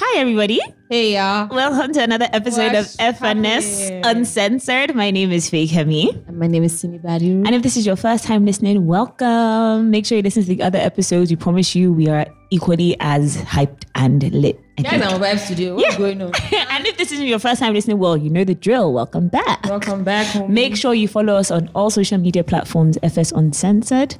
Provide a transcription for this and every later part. Hi, everybody. Hey y'all. Welcome to another episode What's of FNS happening? Uncensored. My name is Faye Hemi. My name is Sini Badu. And if this is your first time listening, welcome. Make sure you listen to the other episodes. We promise you we are equally as hyped and lit. I Guys, think. I'm Vibes Studio. What's going on? and if this isn't your first time listening, well, you know the drill. Welcome back. Welcome back. Home. Make sure you follow us on all social media platforms, FS Uncensored.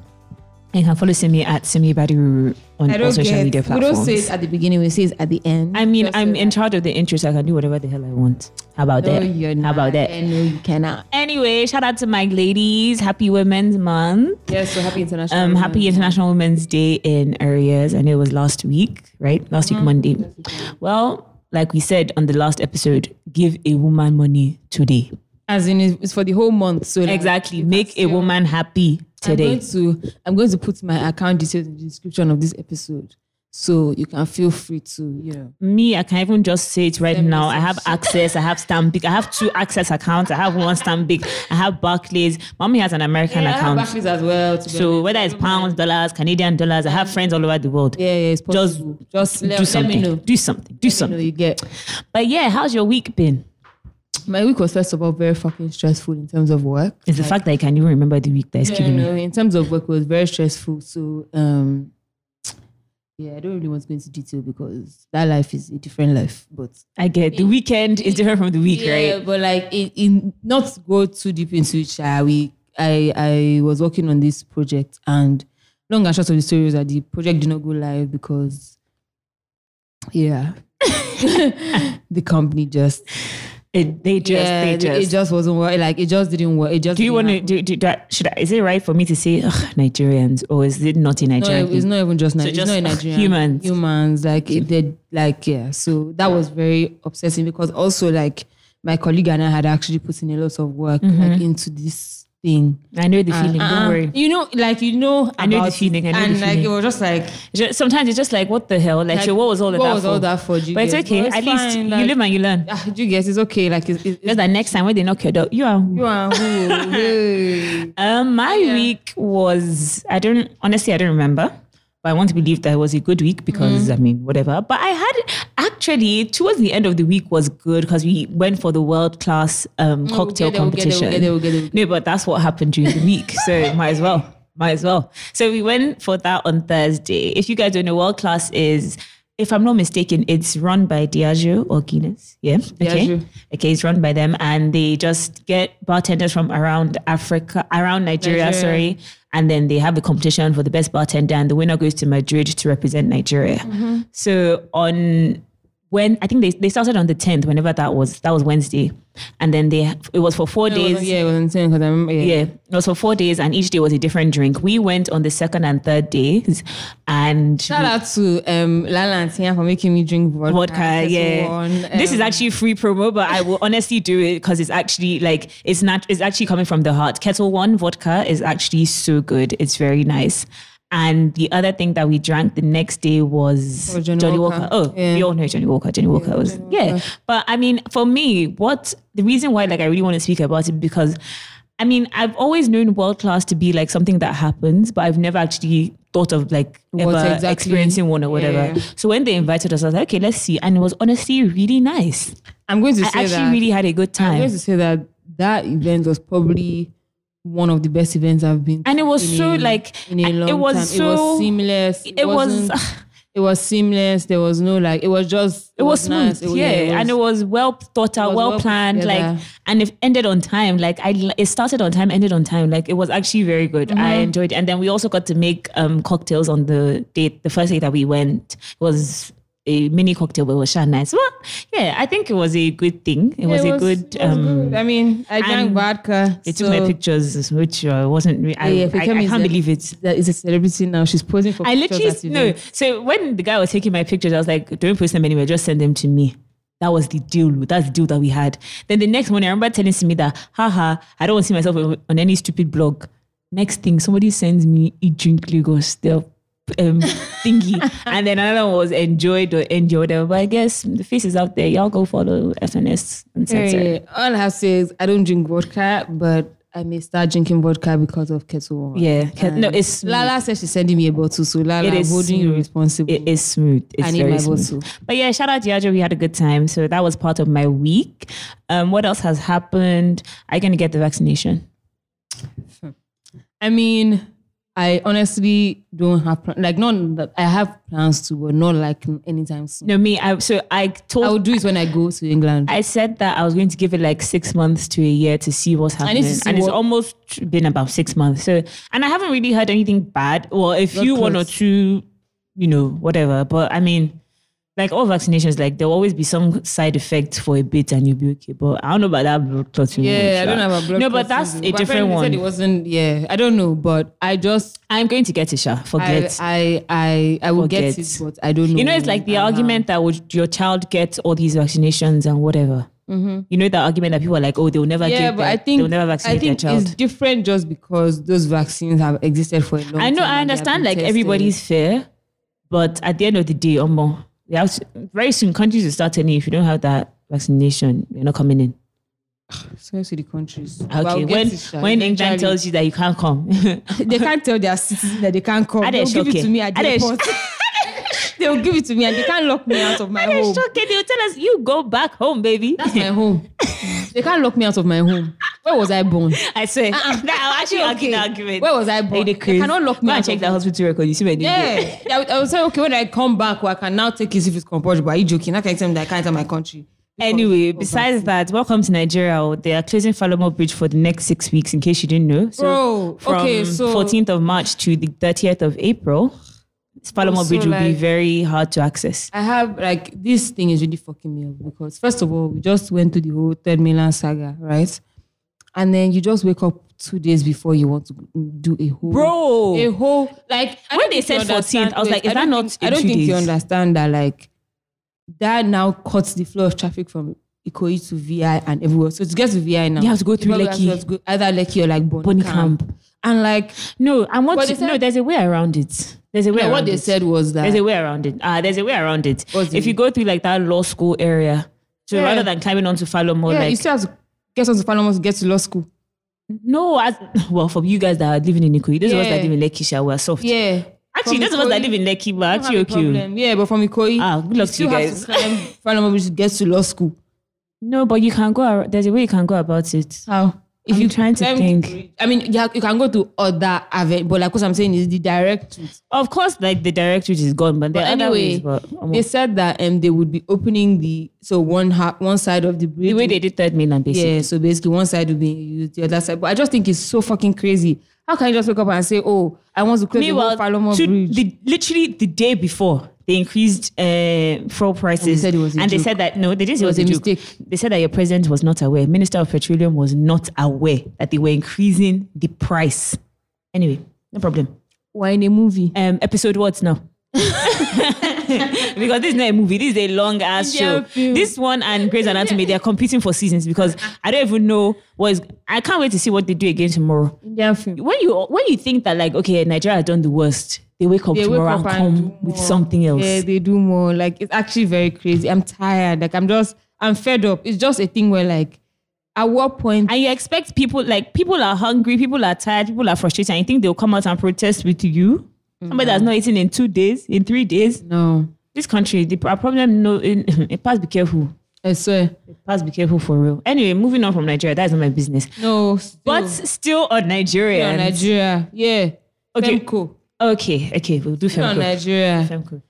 And you can follow Simi at Simi Badiru on I all don't social get. media We don't platforms. say it at the beginning. We say it at the end. I mean, Just so I'm in that- charge of the intro, so I can do whatever the hell I want. How about No, that? you're How not. about that? And no, you cannot. Anyway, shout out to my ladies. Happy Women's Month. Yes. So happy international. Um, happy Women's International Women's Day in areas. I know it was last week, right? Last Mm-hmm. week, Monday. Well, like we said on the last episode, give a woman money today. Month. As in, it's it's for the whole month. So like, Exactly. you Make can a still- woman happy I'm today. going to. I'm going to put my account details in the description of this episode, so you can feel free to, you know. Me, I can even just say it right Send now. I message. have access. I have Stambik. I have two access accounts. I have one Stambik. I have Barclays. Mommy has an American I have account. Barclays as well. to be So honest. whether it's pounds, dollars, Canadian dollars, I have friends all over the world. yeah, yeah, it's Just- possible. Just, let, do let me something. know. Do something. Do Let me know something. you get. But yeah, how's your week been? My week was first of all very fucking stressful in terms of work. It's the fact that I can even remember the week that is Yeah, killing me. no, in terms of work, it was very stressful. So, um, yeah, I don't really want to go into detail because that life is a different life. But I get the weekend is different from the week, yeah, right? but like, in, in not to go too deep into it, shall we? I I was working on this project, and long and short of the story is that the project did not go live because, yeah, the company just It, they just, they yeah, just. it just wasn't work. Like it just didn't work. It just do you didn't want to happen. do, do that? Should I, is it right for me to say Ugh, Nigerians or is it not in Nigeria? No, it's not even just Nigerians. just it's not in Nigeria. humans. Humans, like it, they, like yeah. So that was very upsetting because also like my colleague and I had actually put in a lot of work like into this thing. I know the Uh, feeling. Mm-hmm. don't worry. You know, like you know, I know the about it, feeling, I know the and like feeling. it was just like Ju- Sometimes it's just like, what the hell? Like, Like, sure, what was all of what that was for? all that for, do you But it's get? okay. But it's At least fine, you like- live and you learn. ah, do you guess it's okay. Like it's, it's, Just it's that next time when they knock your door, you are you and who. hey. Um, my week was I don't honestly I don't remember, but I want to believe that it was a good week because Mm-hmm. I mean whatever. But I had actually towards the end of the week was good because we went for the world class um Mm, we'll cocktail get there, we'll get there, we'll competition. get there, we'll get there, we'll No, but that's what happened during the week, so might as well, might as well. So we went for that on Thursday. If you guys don't know, world class is. If I'm not mistaken, it's run by Diageo or Guinness. Yeah. Okay. Diageo. Okay, it's run by them, and they just get bartenders from around Africa, around Nigeria, Nigeria. sorry, and then they have a competition for the best bartender, and the winner goes to Madrid to represent Nigeria. Mm-hmm. So on when I think they, they started on the tenth, whenever that was, that was Wednesday, and then they it was for four It days. was, yeah, it was insane because I remember. Yeah, Yeah, it was for four days, and each day was a different drink. We went on the second and third days, and Shout out to um, Lala and Tia for making me drink vodka. vodka. That's Yeah, one, this is um, actually free promo, but I will honestly do it because it's actually like it's not. It's actually coming from the heart. Kettle One vodka is actually so good. It's very nice. And the other thing that we drank the next day was Oh, Johnny Johnny Walker. Walker. Oh, Yeah. we all know Johnny Walker. Johnny Walker was yeah. But I mean, for me, what the reason why like I really want to speak about it because. I mean, I've always known world class to be like something that happens, but I've never actually thought of like ever What exactly? experiencing one or whatever. Yeah. So when they invited us, I was like, okay, let's see. And it was honestly really nice. I'm going to I say actually that. really had a good I'm going time. to say that that event was probably one of the best events I've been. to And it was in so a- like, in a long it was time. so, it was seamless. it was, wasn't- It was seamless. There was no like. It was just. it was smooth. nice. It was- yeah. it and it was- was well thought out, was well, well put planned, like, together. and it ended on time. Like I, it started on time, ended on time. Like it was actually very good. I Mm-hmm. enjoyed it. And then we also got to make um, cocktails on the date. The first day that we went was a mini cocktail, but it was sure nice. Well, yeah, I think it was a good thing. It was it a was- good, it was um, good. I mean, I drank and vodka. They took my so- pictures, which uh, wasn't. Re- I, Yeah, if I, it I came can't easy. believe it. That is a celebrity now. She's posing for I pictures. literally at no. events. So when the guy was taking my pictures, I was like, "Don't post them anywhere. Just send them to me." That was the deal. That's the deal that we had. Then the next morning, I remember telling Simi that, "Haha, I don't want to see myself on on any stupid blog." Next thing, somebody sends me eat drink Lagos their um, thingy, and then another one was enjoyed or enjoyed. But I guess the face is out there. Y'all go follow FNS and Yeah, censor. yeah. All I have to say is I don't drink vodka, but I may start drinking vodka because of kettle woman. Yeah. Ke- no, And it's smooth. Lala said she's sending me a bottle, so Lala, It I'm is holding you smooth. responsible. It is smooth. It's I need very my smooth. bottle. But yeah, shout out Diageo. We had a good time. So that was part of my week. Um, what else has happened? I gonna get the vaccination. I mean, I honestly don't have plan- like not that I have plans to, but not like anytime soon. No, me. I so I told. I will do it when I go to England. I said that I was going to give it like six months to a year to see what's I happening. need to see and it's what- almost been about six months. So, and I haven't really heard anything bad. Well, if Not you one or close. two, you know, whatever. But I mean, like all vaccinations, like there'll always be some side effect for a bit and you'll be okay. But I don't know about that blood clot. too much, yeah, I like- don't have a blood. No, but clot that's syndrome. a But different apparently they one. Said it wasn't. Yeah, I don't know, but I just I'm going to get it, Sha. I Forget. I I, I will get Forget. it, but I don't know. you know, it's like the when and how. argument that would your child get all these vaccinations and whatever. You know that argument that people are like, oh, they'll never Mm-hmm. Yeah, get but that. I think they'll never vaccinate I think their child. it's different just because those vaccines have existed for a long time. I know, I and they have been understand like tested. everybody's fair, but at the end of the day, Omo, we have to, very soon countries will start telling you if you don't have that vaccination, you're not coming in. So to the countries. But I'll Okay, get when it, Sha, when England eventually. tells you that you can't come, they can't tell their citizens that they can't come. Are they They'll give it shocked? to me at the Are they airport. They'll give it to me and they can't lock me out of my home. it's okay. They'll tell us you go back home, baby. That's my home. they can't lock me out of my home. Where was I born? I swear. Uh-uh. Nah, I'll actually Okay. argue the argument. Where was I born? Are They they crazy? cannot lock me Go and out check of- that hospital record. You see my name. there. Yeah. I, would, I would say, okay, when I come back, well, I can now take it if it's compulsory. But are you joking? I can't tell them that I can't enter my country. Because Anyway, of besides that, welcome to Nigeria. Oh, They are closing Falomo Bridge for the next six weeks, in case you didn't know. So Bro, from okay, so- 14th of March to the 30th of April, Falomo Also, Bridge will be Oh, like- very hard to access. I have like this thing is really fucking me up because first of all, we just went through the whole third mainland saga, right? And then you just wake up two days before you want to do a whole Bro. a whole like Oh. I When don't they think you said 14th, understand- I was wait, like, is I don't that not think- in I don't two think you days? understand that like that now cuts the flow of traffic from Ikoyi to VI and everywhere. So to get to VI now, You have to go through probably have to Lekki. just go either Lekki or like Bonny, Bonny Camp. and like No, I want But to. they said- no, there's a way around it. There's a way. no, around what they it. said was that There's a way around it. Uh, there's a way around it. What's the If you way? go through like that law school area, so Yeah. rather than climbing onto Falomo, yeah, you like still have to get on to Falamos to get to law school. no, as, well for you guys that are living in Ikoyi, those of us that Yeah. live in Lekisha, we're soft. Yeah. Actually, From those of us that Ikoyi- live in Lekki, we're don't have actually a okay. problem. Yeah, but from Ikoyi, Ah, good luck to still you have guys. to climb Falamobu to get to law school. No, but you can go. ar- There's a way you can go about it. How? If I'm you trying to climb- think. I mean, you, ha- you can go to other avenues, but like what I'm saying is the direct route. Of course, like the direct route is gone, but there But are other anyway, ways. But um, they said that um they would be opening the so one ha- one side of the bridge. the way they did third mainland, basically. yeah, so basically one side will be used, the other side. But I just think it's so fucking crazy. How can you just wake up and say, "Oh, I want to close Meanwhile, the whole Falomo to- bridge"? the, literally the day before, they increased uh, fuel prices. said it was a And they joke. said that, no, they didn't say It was a it was a, mistake. joke. They said that your president was not aware. Minister of Petroleum was not aware that they were increasing the price. Anyway, no problem. We're in a movie. um episode what now? because this is not a movie, this is a long ass Yeah, show. film. This one and Grey's Anatomy, they are competing for seasons because I don't even know what is I can't wait to see what they do again tomorrow. Indian film. When you when you think that like okay, Nigeria has done the worst, they wake up They wake tomorrow up and and come do with more. something else. Yeah, they do more. Like it's actually very crazy. I'm tired. Like I'm just I'm fed up. It's just a thing where like at what point and you expect people like people are hungry, people are tired, people are frustrated, and you think they'll come out and protest with you. Mm-hmm. Somebody that's not eating in two days, in three days. No. This country, the our problem no in, it pass be careful. I swear. Let's be careful for real. Anyway, moving on from Nigeria, that is not my business. No. Still, But still on Still Nigeria. on Nigeria. Yeah. Okay. Femco. Okay, okay, we'll do Still on Femco. Nigeria. Femco.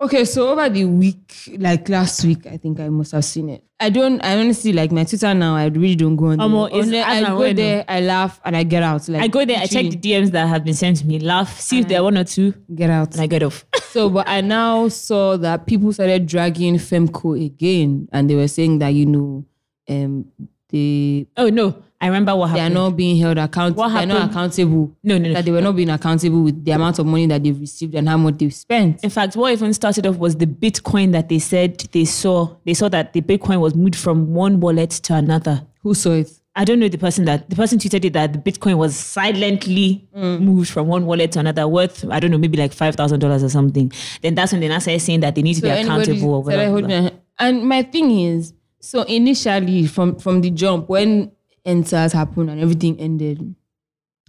Okay, so over the week, like last week, I think I must have seen it. I don't I honestly like my Twitter now, I really don't go on there. Omo, it's Unless as I and go when, there, I laugh and I get out. Like I go there, I check the DMs that have been sent to me, laugh, see Uh-huh. if there are one or two, get out. and I get off. So, but I now saw that people started dragging Femco again, and they were saying that you know, um, they oh no, I remember what they are happened. not being held accountable. What They are not happened? accountable. No, no, no. That they were not being accountable with the amount of money that they've received and how much they've spent. In fact, what even started off was the Bitcoin that they said they saw. They saw that the Bitcoin was moved from one wallet to another. Who saw it? I don't know the person that the person tweeted it that the Bitcoin was silently Mm. moved from one wallet to another worth I don't know maybe like five thousand dollars or something. Then that's when they now started saying that they need to So be anybody accountable. Or started whatever. holding their hand. And my thing is, so initially from from the jump when enters happened and everything ended,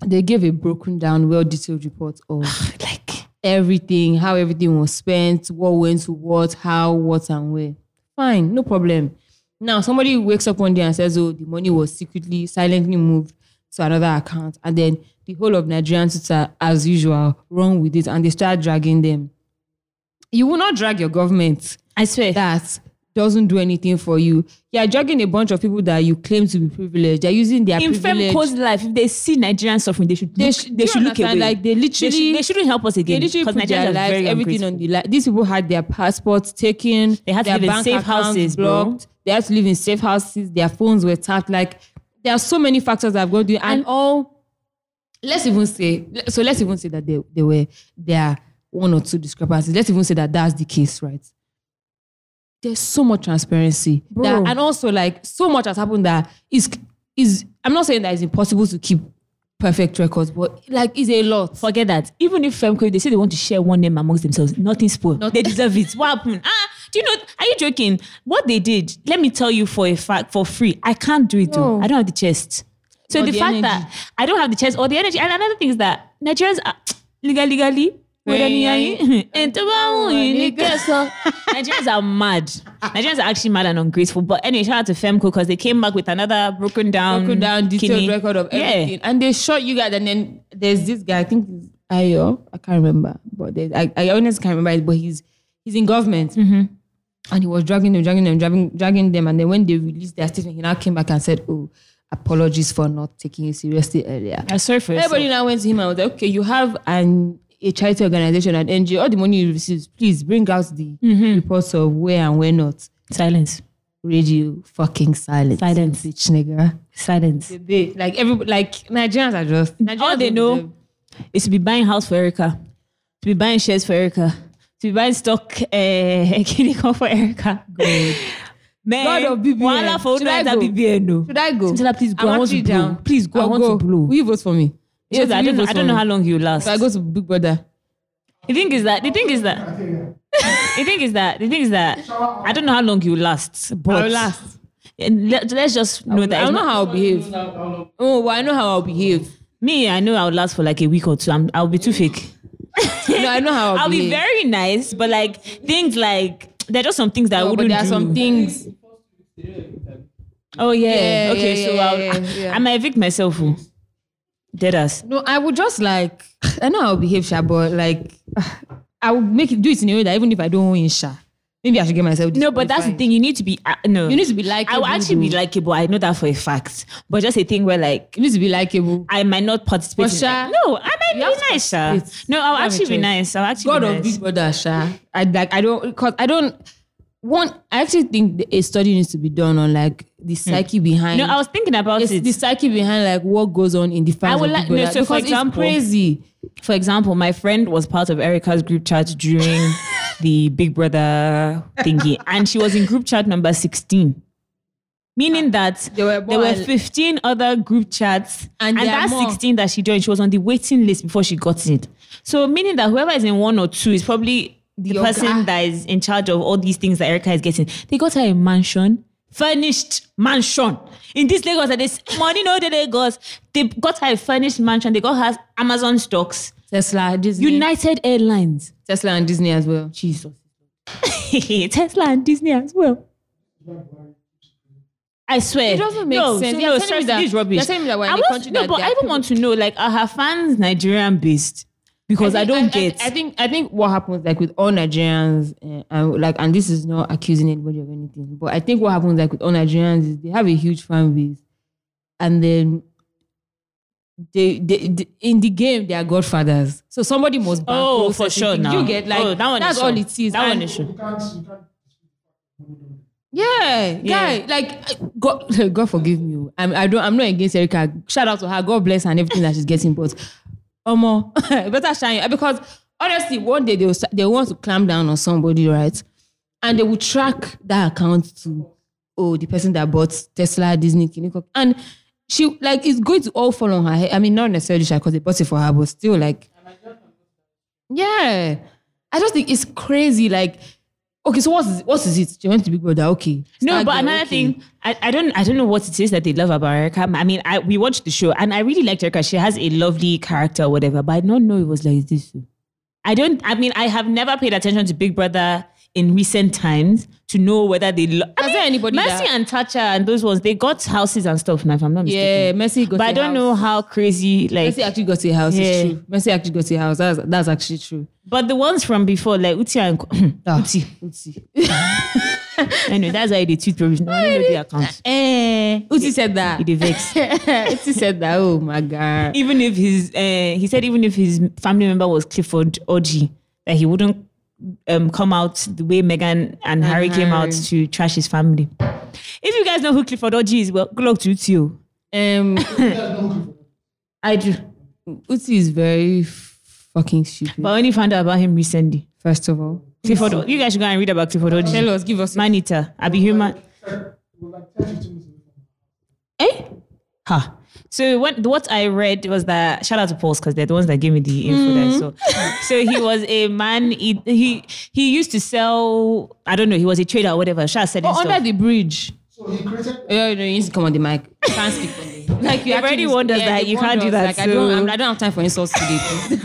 they gave a broken down, well detailed report of like everything, how everything was spent, what went to what, how, what, and where. Fine, no problem. Now, somebody wakes up one day and says, Oh, the money was secretly, silently moved to another account. And then the whole of Nigerian Twitter, as usual, run with it and they start dragging them. You will not drag your government I swear. that doesn't do anything for you. You're dragging a bunch of people that you claim to be privileged. They're using their in privilege. Femco's life, if they see Nigerian suffering, they should They look, sh- they do you should look away. understand? Like, they They should- literally- they shouldn't help us They again literally because put Nigerians their are lives, very everything on ungrateful. the line. These people had their passports taken. They had to their live in bank safe accounts houses, bro. blocked. They had to live in safe houses. Their phones were tapped. Like there are so many factors that have gone through, and, And- all. Let's even say so. Let's even say that they they were there are one or two discrepancies. Let's even say that that's the case, right? There's so much transparency, Bro. That- and also like so much has happened that is is. I'm not saying that it's impossible to keep perfect records, but like it's a lot. Forget that. Even if Femco, if they say they want to share one name amongst themselves, nothing spoiled. Not- they deserve it. What happened? Ah, do you know? Are you joking? What they did, let me tell you for a fact, for free, I can't do it. though. No. I don't have the chest. So Or the, the fact energy. that I don't have the chest or the energy, and another thing is that Nigerians are legal, legally. Very- Oh, Oh, Nigerians are mad. Nigerians are actually mad and ungrateful. But anyway, shout out to Femco because they came back with another broken down, broken down detailed kidney. record of Yeah. everything. And they shot you guys, and then there's this guy, I think it's Ayo, I can't remember, but there's- I, I honestly can't remember it, but he's he's in government. And he was dragging them, dragging them, dragging, dragging them. And then when they released their statement, he now came back and said, Oh, apologies for not taking you seriously earlier. I sorry for yourself. Everybody now went to him and was like, Okay, you have an a charity organization, an NGO, all the money you receive, please bring out the reports of where and where not. Silence. Radio fucking silence. Silence. Bitch nigga Silence. they like every like Nigerians are just Nigerians All they don't know deserve- is to be buying house for Erica, to be buying shares for Erica, to be buying stock uh, clinical for Erica. God, Man, God of BBN. wahala for Should I Unaisa go? BBN, no. Should I go? Sintala, oh. please go. I I'm want to actually blow. Please go. I want to blow. Will you vote for me? Because I don't, know, I don't know how long you last. So I go to Big Brother. The thing is that the thing is that the thing is that the thing is that I don't know how long you last, but I'll last. And Let, us just know that I it's don't not- know how I'll behave. Oh, well, I know how I'll behave. me. I know I'll last for like a week or two. I'm, I'll be too fake. No, I know how I'll, I'll be behave. very nice, but like things like there are just some things that I No, Oh, but wouldn't there are do. some things. Oh yeah. Yeah, okay, yeah, so yeah, I'll, yeah, yeah. I, I might evict myself. oh. Dead ass. No, I would just like I know how I'll behave, Sha, but like I would make it do it in a way that even if I don't win Sha, maybe I should get myself. No, but that's the disqualified. thing. You need to be uh, no. You need to be like. I will actually be likable. I know that for a fact. But just a thing where like You need to be likable. I might not participate. But in- sha, no, I might you have be to nice. sha. participate. No, You I'll have a actually be choice. nice. I'll actually God be of nice. Big Brother, Sha. I like I don't because I don't one. I actually think the- a study needs to be done on like the psyche behind. Hmm. no, I was thinking about it's it. the psyche behind like what goes on in the fans. I would of like- Big no, Brother, so for because example- it's crazy. For example, my friend was part of Erica's group chat during the Big Brother thingy, and she was in group chat number 16. Meaning that There Ah. were there more were and- 15 other group chats, and, And there are that more. 16 that she joined, she was on the waiting list before she got it. So, meaning that whoever is in one or two is probably the, The person oga. that is in charge of all these things that Erica is getting. They got her a mansion, furnished mansion in this Lagos. That is money, no, the Lagos. They got her a furnished mansion. They got her Amazon stocks. Tesla, Disney, United Airlines. Tesla and Disney as well. Jesus. Tesla and Disney as well. I swear. It doesn't make no, sense. So, You're no, telling me seriously, that- this is rubbish. you're telling me that we're in I a want- country No, that but there I are even want to know, like, are her fans Nigerian based? Because I, think- don't get. I, think I think what happens like with all Nigerians, uh, and like, and this is not accusing anybody of anything, but I think what happens like with all Nigerians is they have a huge fan base, and then they, they, they- in the game they are godfathers. So somebody must. back oh, those for certain sure. things. Now You get like oh, that one that's is all sure. it is. That And- one is sure. yeah, guy. Like God, God forgive me. oh. I'm. I don't. I'm not against Erica. Shout out to her. God bless her and everything that she's getting. But, Omo, better shine because honestly, one day they will, sta- they want to clamp down on somebody, right? And they will track that account to oh the person that bought Tesla, Disney, Kineko, and she like it's going to all fall on her head. I mean, not necessarily because they bought it for her, but still like, yeah. I just think it's crazy. Like Okay, so what is what is it? She went to Big Brother. Okay. No, Star but Girl, another okay. thing, I, I don't I don't know what it is that they love about Erica. I mean, I we watched the show and I really liked Erica. She has a lovely character, or whatever. But I don't know it was like this. I don't. I mean, I have never paid attention to Big Brother in recent times to know whether they. Lo- I Has mean, there anybody Mercy that- and Tatcha and those ones, they got houses and stuff. Now, if I'm not Yeah, Messi mistaken. got. but a I don't house. know how crazy like. Messi actually got a house. Yeah. It's true. Messi actually got a house. That's that's actually true. But the ones from before, like Uti and Ah, Uti. Uti. Anyway, that's why they tweet rubbish. No, I don't know the account. Eh, Uti said that. It vex. Uti said that. Oh my god. even if his uh, he said even if his family member was Clifford Orji, that he wouldn't um, come out the way Meghan and Harry came out Harry. to trash his family. If you guys know who Clifford Orji is, well, good luck to you. Um, I do, Uti is very fucking stupid. but I only found out about him recently. First of all, Clifford, you guys should go and read about Clifford Orji. tell us, give us. Man eater, I be human. Eh? Ha. So when, what I read was that shout out to Pauls because they're the ones that gave me the info there. So so he was a man. He, he he used to sell. I don't know. He was a trader or whatever. Shout selling Oh, stuff. under the bridge. So he created Yeah, you know, you need to come on the mic. You can't speak on the Like you They've already actually- warned us that they've you can't warned do us. that, Like, I, don't, so- I'm- I don't have time for insults today. please.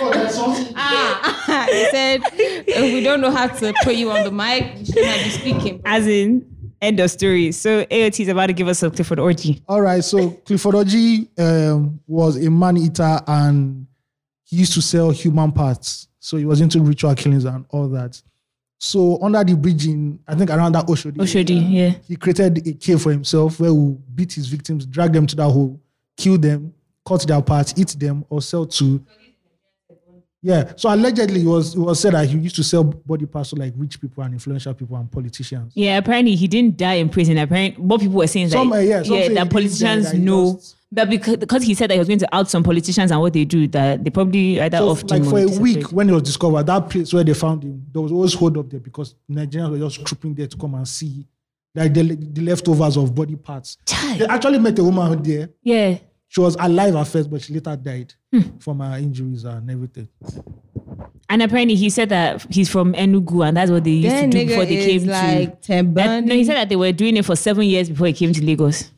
oh, that's something. ah, they said if we don't know how to put you on the mic, you should not be speaking. As in end of story. So AOT is about to give us a Clifford orgy. All right, so Clifford Orji um, was a man eater and he used to sell human parts. So he was into ritual killings and all that. So under the bridge in, I think around that Oshodi, Oshodi, yeah. he created a cave for himself where he would beat his victims, drag them to that hole, kill them, cut their parts, eat them, or sell to. Yeah. So allegedly, it was it was said that he used to sell body parts to like rich people and influential people and politicians. Yeah, apparently he didn't die in prison. Apparently, what people were saying is Some, uh, that, yeah, some say he that didn't politicians die, that he know just- that because, because he said that he was going to out some politicians and what they do, that they probably either So, off like them or for a disappeared. week when it was discovered, that place where they found him, there was always hold up there because Nigerians were just trooping there to come and see like the, the leftovers of body parts. Chai. They actually met a woman there. Yeah. She was alive at first, but she later died from her injuries and everything. And apparently he said that he's from Enugu and that's what they used That to do before nigga they is came to like Ted that, Bundy. no, he said that they were doing it for seven years before he came to Lagos.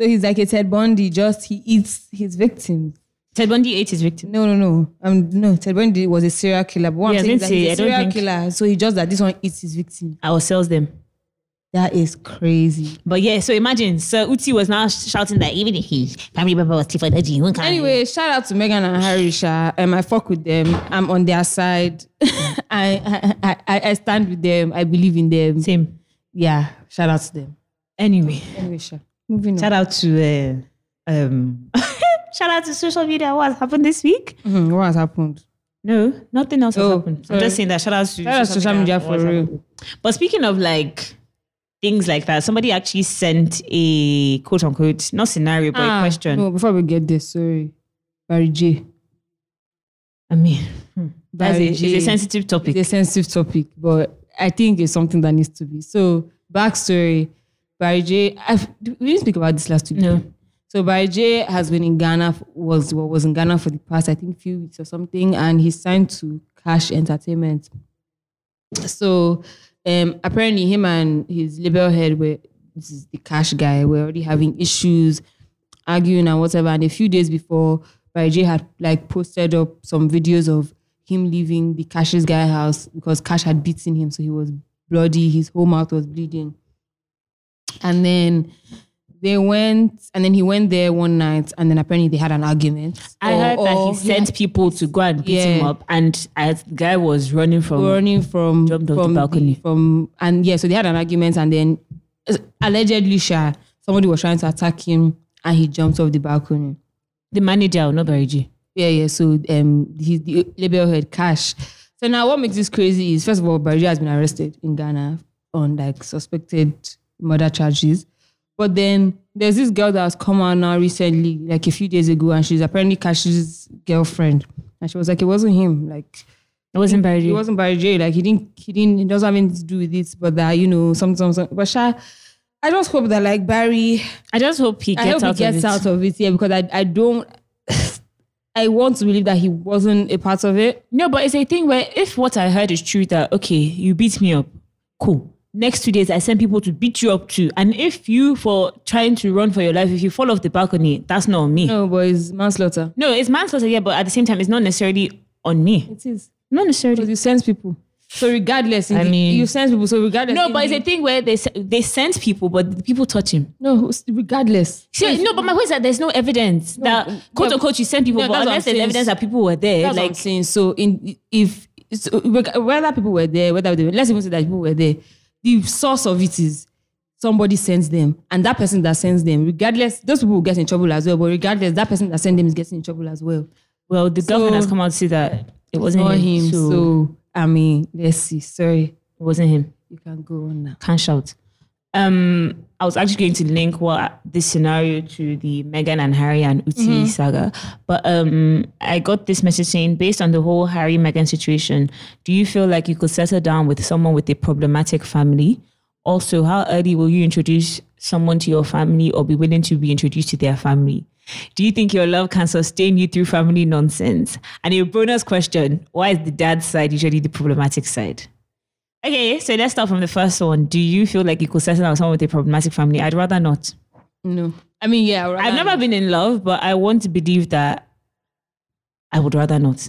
so he's like a Ted Bundy. Just he eats his victims. Ted Bundy ate his victim. No, no, no. Um, no. Ted Bundy was a serial killer. But what Yeah, I I'm saying is was that gonna he's a say, I serial don't think- killer. So he just that this one eats his victim. I will sell them. That is crazy. But yeah, so imagine Sir Uti was now sh- shouting that even if his family member was Clifford Orji, he won't come. Anyway, shout out to Megan and Harry. Sha. Um, I fuck with them. I'm on their side. I, I, I I stand with them. I believe in them. same. Yeah. Shout out to them. Anyway, Anyway, Sha. Moving on. shout out to uh, um, shout out to social media. What happened this week? Mhm, what has happened? No, nothing else has Oh, happened. sorry. I'm just saying that shout out to Shout out to social media for What's happened? real. But speaking of like things like that, somebody actually sent a quote unquote not scenario but a Ah, question. No, before we get there, sorry. Barry J. I mean, hmm, that's a, Barry it's J. a sensitive topic. It's a sensitive topic, but I think it's something that needs to be. So, backstory Barry J. I've, we didn't speak about this last week. No. So Barry J has been in Ghana f- was well, was in Ghana for the past I think few weeks or something, and he signed to Cash Entertainment. So um, apparently, him and his label head were this is the Cash guy were already having issues, arguing and whatever. And a few days before, Barry J had like posted up some videos of him leaving the Cash's guy house because Cash had beaten him, so he was bloody. His whole mouth was bleeding, and then they went and then he went there one night and then apparently they had an argument. I Or- heard that or he sent people to go and beat him Yeah. up, and as the guy was running from. running from Jumped off the from balcony. from and yeah, so they had an argument and then uh, allegedly Sha, somebody was trying to attack him and he jumped off the balcony. the manager, not Barry G. Yeah, yeah. So um his the label head cash. So now what makes this crazy is first of all, Barry has been arrested in Ghana on like suspected murder charges. But then there's this girl that has come out now recently, like a few days ago, and she's apparently Cash's girlfriend. And she was like, it wasn't him. Like It wasn't Barry it G. wasn't by Jay. Like he didn't, he didn't. It doesn't have anything to do with it. But that you know, some, some, some. But Sha, I just hope that like Barry, I just hope he I gets hope he out gets of it. out of it. Yeah, because I, I don't. I want to believe that he wasn't a part of it. No, but it's a thing where if what I heard is true, that okay, you beat me up, cool. Next two days, I send people to beat you up too. And if you for trying to run for your life, if you fall off the balcony, that's not on me. No, No, but it's manslaughter. it's manslaughter, yeah, but at the same time, it's not necessarily on me. It is. Not necessarily. Because you sense people. So regardless, in I the- mean- you sense people. So regardless, No, in but it's the- a thing where they se- they sent people, but the people touch him. no. Regardless, See, no, but my point is that there's no evidence that but- quote unquote you sent people, No, but that's what unless I'm there's saying. evidence that people were there, That's what like I'm saying. So in if so reg- whether people were there, whether they were, let's even say that people were there, the source of it is somebody sends them, and that person that sends them, regardless, those people will get in trouble as well. But regardless, that person that sent them is getting in trouble as well. well, the government has come out to say that it wasn't Not him, him. So, I mean, let's see. Sorry, it wasn't him. you can go on now. Can't shout. Um, I was actually going to link what this scenario to the Meghan and Harry and Uti saga, but um, I got this message saying, based on the whole Harry Meghan situation, do you feel like you could settle down with someone with a problematic family? Also, how early will you introduce someone to your family or be willing to be introduced to their family? Do you think your love can sustain you through family nonsense? And a bonus question why is the dad's side usually the problematic side? Okay, so let's start from the first one. Do you feel like you could settle down with someone with a problematic family? I'd rather not. No, I mean, yeah, I would I've rather- never been in love, but I want to believe that I would rather not.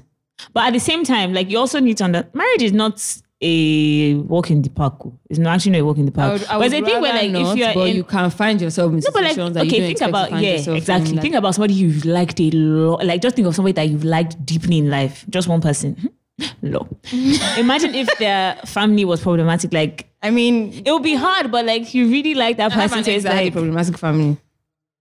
But at the same time, like you also need to understand, marriage is not a walk in the park. oh. It's not actually not a walk in the I park. would, I but would it's a thing where, rather like, not, if you're but in, you can find yourself in no, but like, situations that you don't okay, think expect to about find yeah, yourself exactly. in, like- think about somebody you've liked a lot. Like, just think of somebody that you've liked deeply in life. Just one person. Low. Imagine if their family was problematic. Like, I mean, it would be hard, but like you really like that I have person. an So ex it's that had a like, problematic family.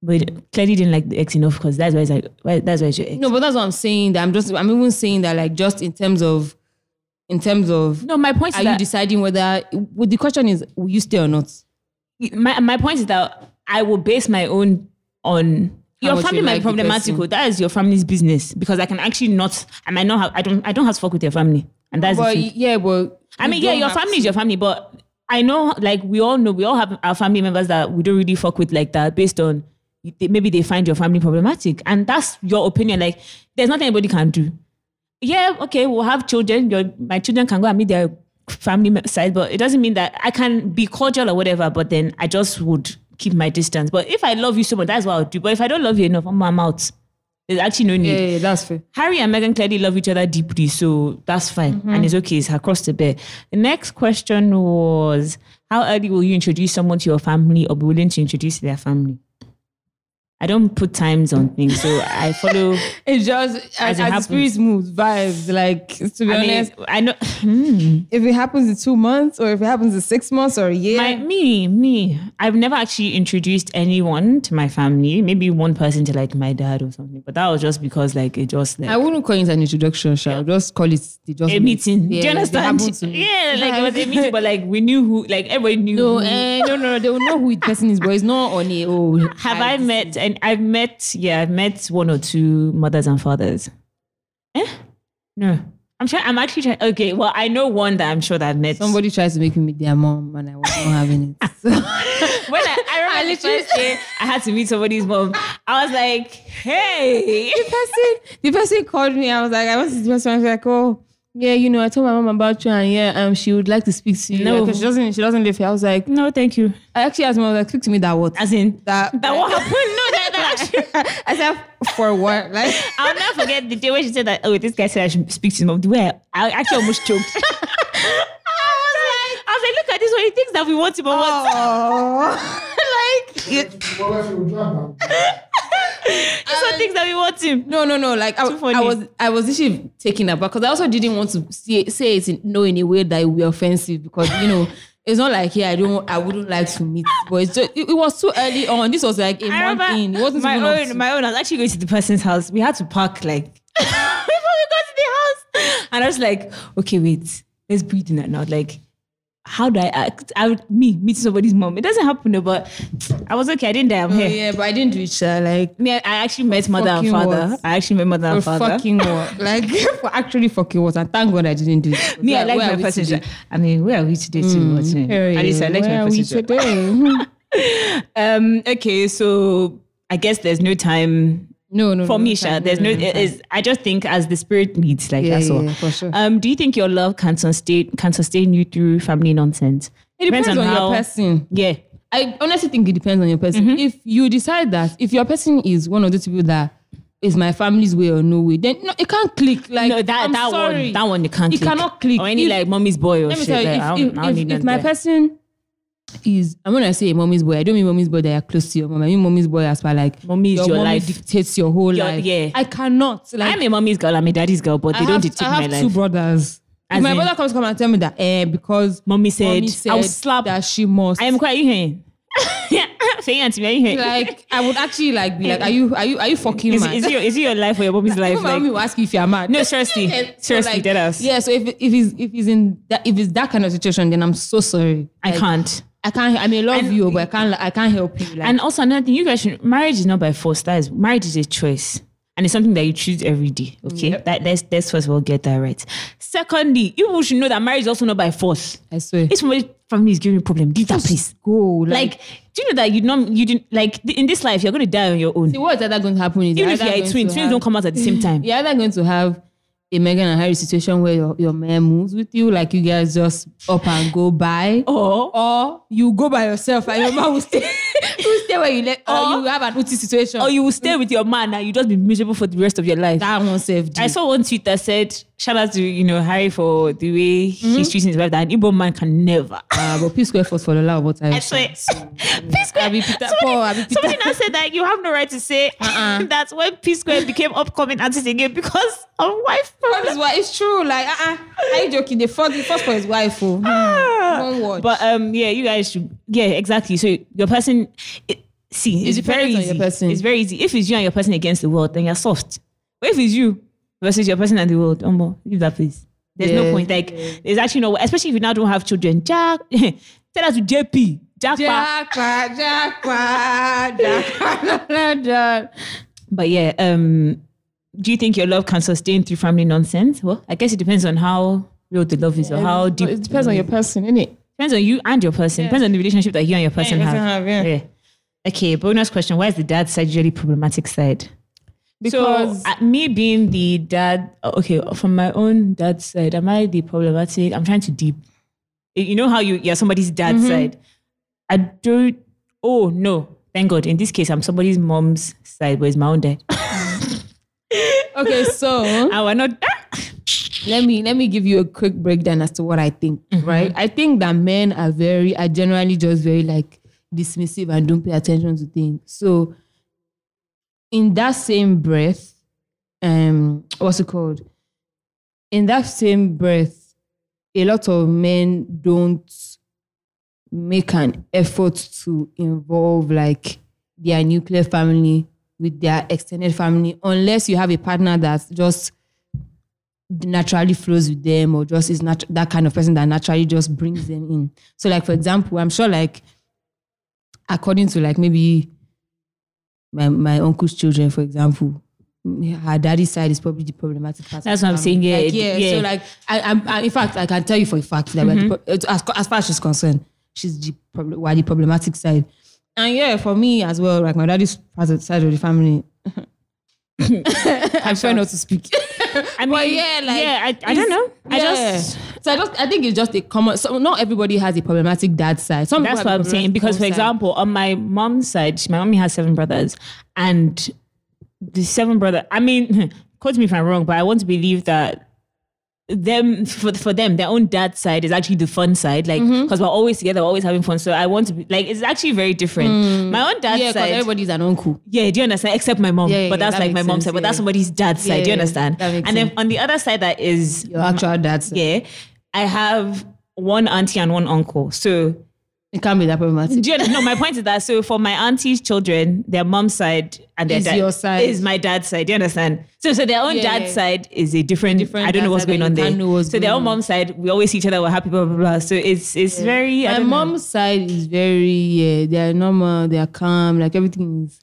but clearly didn't like the ex enough because that's why it's like, why, that's why it's your ex. No, No, but that's what I'm saying. That I'm just I'm even saying that like just in terms of in terms of my point are is you that deciding whether well, the question is will you stay or not? my, my point is that I will base my own on your much you family might like be the problematical. person. That is your family's business because I can actually not. I might not have. I don't. I don't have to fuck with your family, and that's. the But thing. yeah, but I you mean, yeah, don't your have family to- is your family, but I know, like, we all know, we all have our family members that we don't really fuck with like that based on they- maybe they find your family problematic. And that's your opinion. Like, there's nothing anybody can do. Yeah, okay, we'll have children. Your, my children can go and meet their family me- side, but it doesn't mean that I can be cordial or whatever, but then I just would keep my distance. But if I love you so much, that's what I'll do. But if I don't love you enough, I'm, I'm out. There's actually no need. Yeah, yeah, that's fair. Harry and Meghan clearly love each other deeply, so that's fine. Mm-hmm. And it's okay, it's across the bear. The next question was How early will you introduce someone to your family or be willing to introduce their family? I don't put times on things, so I follow. It's just as, As it as the happens. spirit moves, vibes. Like to be I mean, honest, I know Hmm. if it happens in two months or if it happens in six months or a year, my me me. I've never actually introduced anyone to my family. Maybe one person to like my dad or something, but that was just because like it just like I wouldn't call it an introduction, shall I'll just call it the just a meeting. Yeah, Do they you understand? happen to me. Yeah, like it was a meeting, but like we knew who, like everybody knew. No, who- eh, no, no, no, they will know who the person is, but it's not on a oh. Have I met and I've met yeah, I've met one or two mothers and fathers. Eh? No. I'm trying I'm actually trying okay, well I know one that I'm sure that I've met. Somebody tries to make me meet their mom, and I was not having it. So, when I, I remember I the literally- first day I had to meet somebody's mom. I was like, hey. person, the person called me. I was like, I was the person. I was like, oh, yeah, you know, I told my mom about you, and yeah, um, she would like to speak to you. No. because she doesn't. She doesn't live here. I was like, No, thank you. I actually asked my mom, like, speak to me that what? As in That that what happened? No, that, that actually I said for what? Like, I'll never forget the day when she said that, oh, this guy said I should speak to his mom. The way I, I actually almost choked. I was like, I was like, look at this one. He thinks that we want him or what? oh, like, this one thinks that we want him. no, no, no. Like, I, Too funny. I was, I was actually taken aback because I also didn't want to say, say it in, no in a way that it would be offensive because you know. It's not like yeah, I don't, I wouldn't like to meet, but it's just, it, it was too early on. This was like a I month in. It remember wasn't my even up to- own, my own. I was actually going to the person's house. We had to park like before we got to the house. And I was like, okay, wait, let's breathe in and out. Like, how do I act? I would, me meeting somebody's mom. It doesn't happen though, but I was okay. I didn't die. I'm Oh, here. yeah, but I didn't do it, sha. Like, Me, I I actually met mother and fucking father. what? I actually met mother for and father. fucking what? Like, for actually fucking what? And thank God I didn't do it. me, I Where- like where are my we person. today? job. I mean, where are we today? Too much. Hey, At least I like where my are we person. job. today? Um. Okay, so I guess there's no time No, no. no, For me, it's fine. Sha, there's no. it's fine. Is, I just think as the spirit leads, like Yeah, that's Mm-hmm. yeah, all. yeah, for sure. Um, do you think your love can sustain can sustain you through family nonsense? It depends on, your person. Yeah, I honestly think it depends on your person. Mm-hmm. If you decide that if your person is one of those people that is my family's way or no way, then no, it can't click. Like no, that I'm that sorry. one, that one, you can't. It click. cannot click. Or any If- like mommy's boy or Let me shit. tell you, like, if, I if, don't, I don't if, need if none my there. person is, and when I say a mommy's boy, I don't mean mommy's boy that you're close to your mom. I mean mommy's boy as far like Mommy is your mommy life. dictates your whole Your- life. yeah. I cannot. Like, I'm a mommy's girl, I'm a daddy's girl, but I they have, don't dictate I my have two life. brothers. If As my in- brother comes come and tell me that eh, because Mommy said, mommy I will slap. that she must. I am quite you hearing. Say auntie, are you hearing? like I would actually like be like, are you are you are you fucking Eh, is, mad? is, it your, is it your life or your mommy's life? Even my mommy Like, will ask you if you're mad. No, seriously. Yeah, Seriously, dead ass. Yeah, so if if he's if he's in that if it's that kind of situation, then I'm so sorry. I Like, can't. I can't. I may love And- you, but I can't. I can't help you. Like, And also another thing, you guys should marriage is not by force. That is marriage is a choice. And it's something that you choose every day. Okay. That that's that's first of all get that right. Secondly, you people should know that marriage is also not by force. I swear, If somebody's family is giving you problem, leave that place. go. Like, Like, do you know that you don't you didn't like th- in this life you're gonna die on your own. see, what is that going to happen? Is Even if either you're a going twin, to twins have- don't come out at the same time. You're either going to have a Meghan and Harry situation where your, your man moves with you, like you guys just up and go by, Or or you go by yourself and your man will stay, will stay where you left, or, Or- you have an uti situation. or you will stay with your man and you just be miserable for the rest of your life. that one saved you. I saw one tweet that said, shout out to, you know, Harry for the way Mm-hmm. he's treating his wife that an Igbo man can never. Ah, but P square force for the love of I time. swear. P Square. Abi Peter somebody, Paul, Abi Peter. somebody now said that you have no right to say Uh-uh. that when P Square became upcoming artist again because of wife That problems. is why it's true. Like, uh-uh. are you joking? The first, the first for his wife. Oh. Hmm. One word. But um, yeah, you guys should yeah, exactly. So your person, it, see, it's, It very depends on easy. your person. It's very easy. If it's you and your person against the world, then you're soft. But if it's you versus your person and the world, Omo, leave that place. There's no Yeah. point. Like there's actually no, especially if you now don't have children. Jack, tell that to JP. Jack. Jackpot, jackpot, jackpot. But yeah, um, do you think your love can sustain through family nonsense? Well, I guess it depends on how real the love is or how deep. It depends on your person, innit? depends on you and your person. Depends on the relationship that you and your person Yeah, have. person have, yeah. Okay, bonus question. Why is the dad side usually problematic side? Because so, uh, me being the dad, uh, okay, from my own dad's side, am I the problematic? I'm trying to deep. Y- You know how you, you're somebody's dad's Mm-hmm. side. I don't, oh no, thank God. In this case, I'm somebody's mom's side, but it's my own dad. okay, so I will not. let me let me give you a quick breakdown as to what I think. Right, I think that men are very are generally just very like dismissive and don't pay attention to things. So, in that same breath, um, what's it called? In that same breath, a lot of men don't make an effort to involve like their nuclear family with their extended family, unless you have a partner that just naturally flows with them or just is not that kind of person that naturally just brings them in. So, like for example, I'm sure like according to like maybe my my uncle's children, for example. Her daddy's side is probably the problematic part. of That's what I'm the saying, yeah, family. Like, it- yeah. yeah. Mm-hmm. So like, I, I'm, I, in fact, I can tell you for a fact that we're the pro- as, as far as she's concerned, she's the prob- we're the problematic side. And yeah, for me as well, like my daddy's part of- side of the family, I'm trying not to speak. I mean, But yeah, like yeah, I, I don't know. I yeah. just so I just I think it's just a common. So not everybody has a problematic dad side. Some that's people what have I'm a saying. Because, for problematic mom example, on my mom's side, my mommy has seven brothers, and the seven brother. I mean, quote me if I'm wrong, but I want to believe that them for for them their own dad side is actually the fun side like Mm-hmm. because we're always together we're always having fun so i want to be like it's actually very different my own side. Mm. dad's yeah, because side everybody's an uncle. yeah, do you understand? Except my mom, Yeah, yeah, but that's that like my makes mom's sense, side, but yeah. that's somebody's dad's side. Do you Yeah, understand? that makes and then sense. on the other side, that is Your actual dad side. yeah, I have one auntie and one uncle. So It can't be that problematic. do you know, my point is that so for my auntie's children, their mom's side and their Is dad your side. is my dad's side. Do you understand? So so their own Yeah, dad's yeah. side is a different. Different I don't know dad's what's side going that on you there. can't know what's so their going own mom's side, we always see each other. We're happy, blah blah blah. So it's it's very. I My don't know. mom's side is very yeah, they are normal, they are calm, like everything is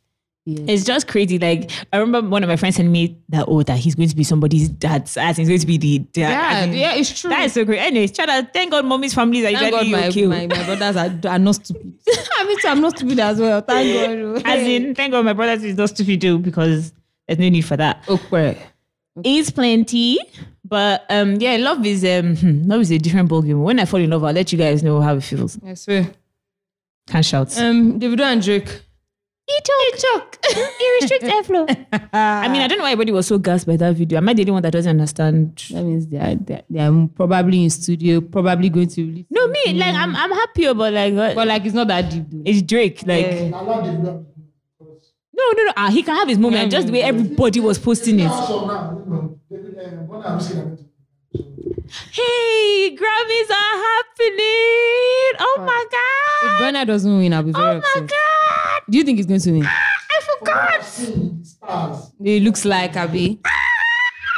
yeah. It's just crazy. Like I remember one of my friends telling me that oh that he's going to be somebody's dad's as he's going to be the dad. Yeah, as in- yeah, it's true. That is so great. Anyways, shout out. Thank God, mommy's families are Thank God usually my, my, okay. my brothers are, are not stupid. I mean, I'm not stupid as well. Thank God. oh. As in, thank God my brothers is not stupid too because There's no need for that. Okay. It's plenty, but um, yeah, love is um, hmm, love is a different ballgame. When I fall in love, I'll let you guys know how it feels. I swear. Can't shout. Um, Davido and Drake. E-choke. it restricts airflow. I mean, I don't know why everybody was so gassed by that video. Am I the only one that doesn't understand? That means they are, they are, they are probably in studio, probably going to release. No, me, like, I'm, I'm happy about like, uh, But like, it's not that deep. Though. it's Drake. Like, Yeah. I love Davido. no, no, no. Ah, he can have his moment. Yeah, Just the way everybody was posting it. Hey, Grammys are happening. Oh my God. If Burna doesn't win, I'll be very Oh my upset. God. Do you think he's going to win? I forgot. It looks like Abi.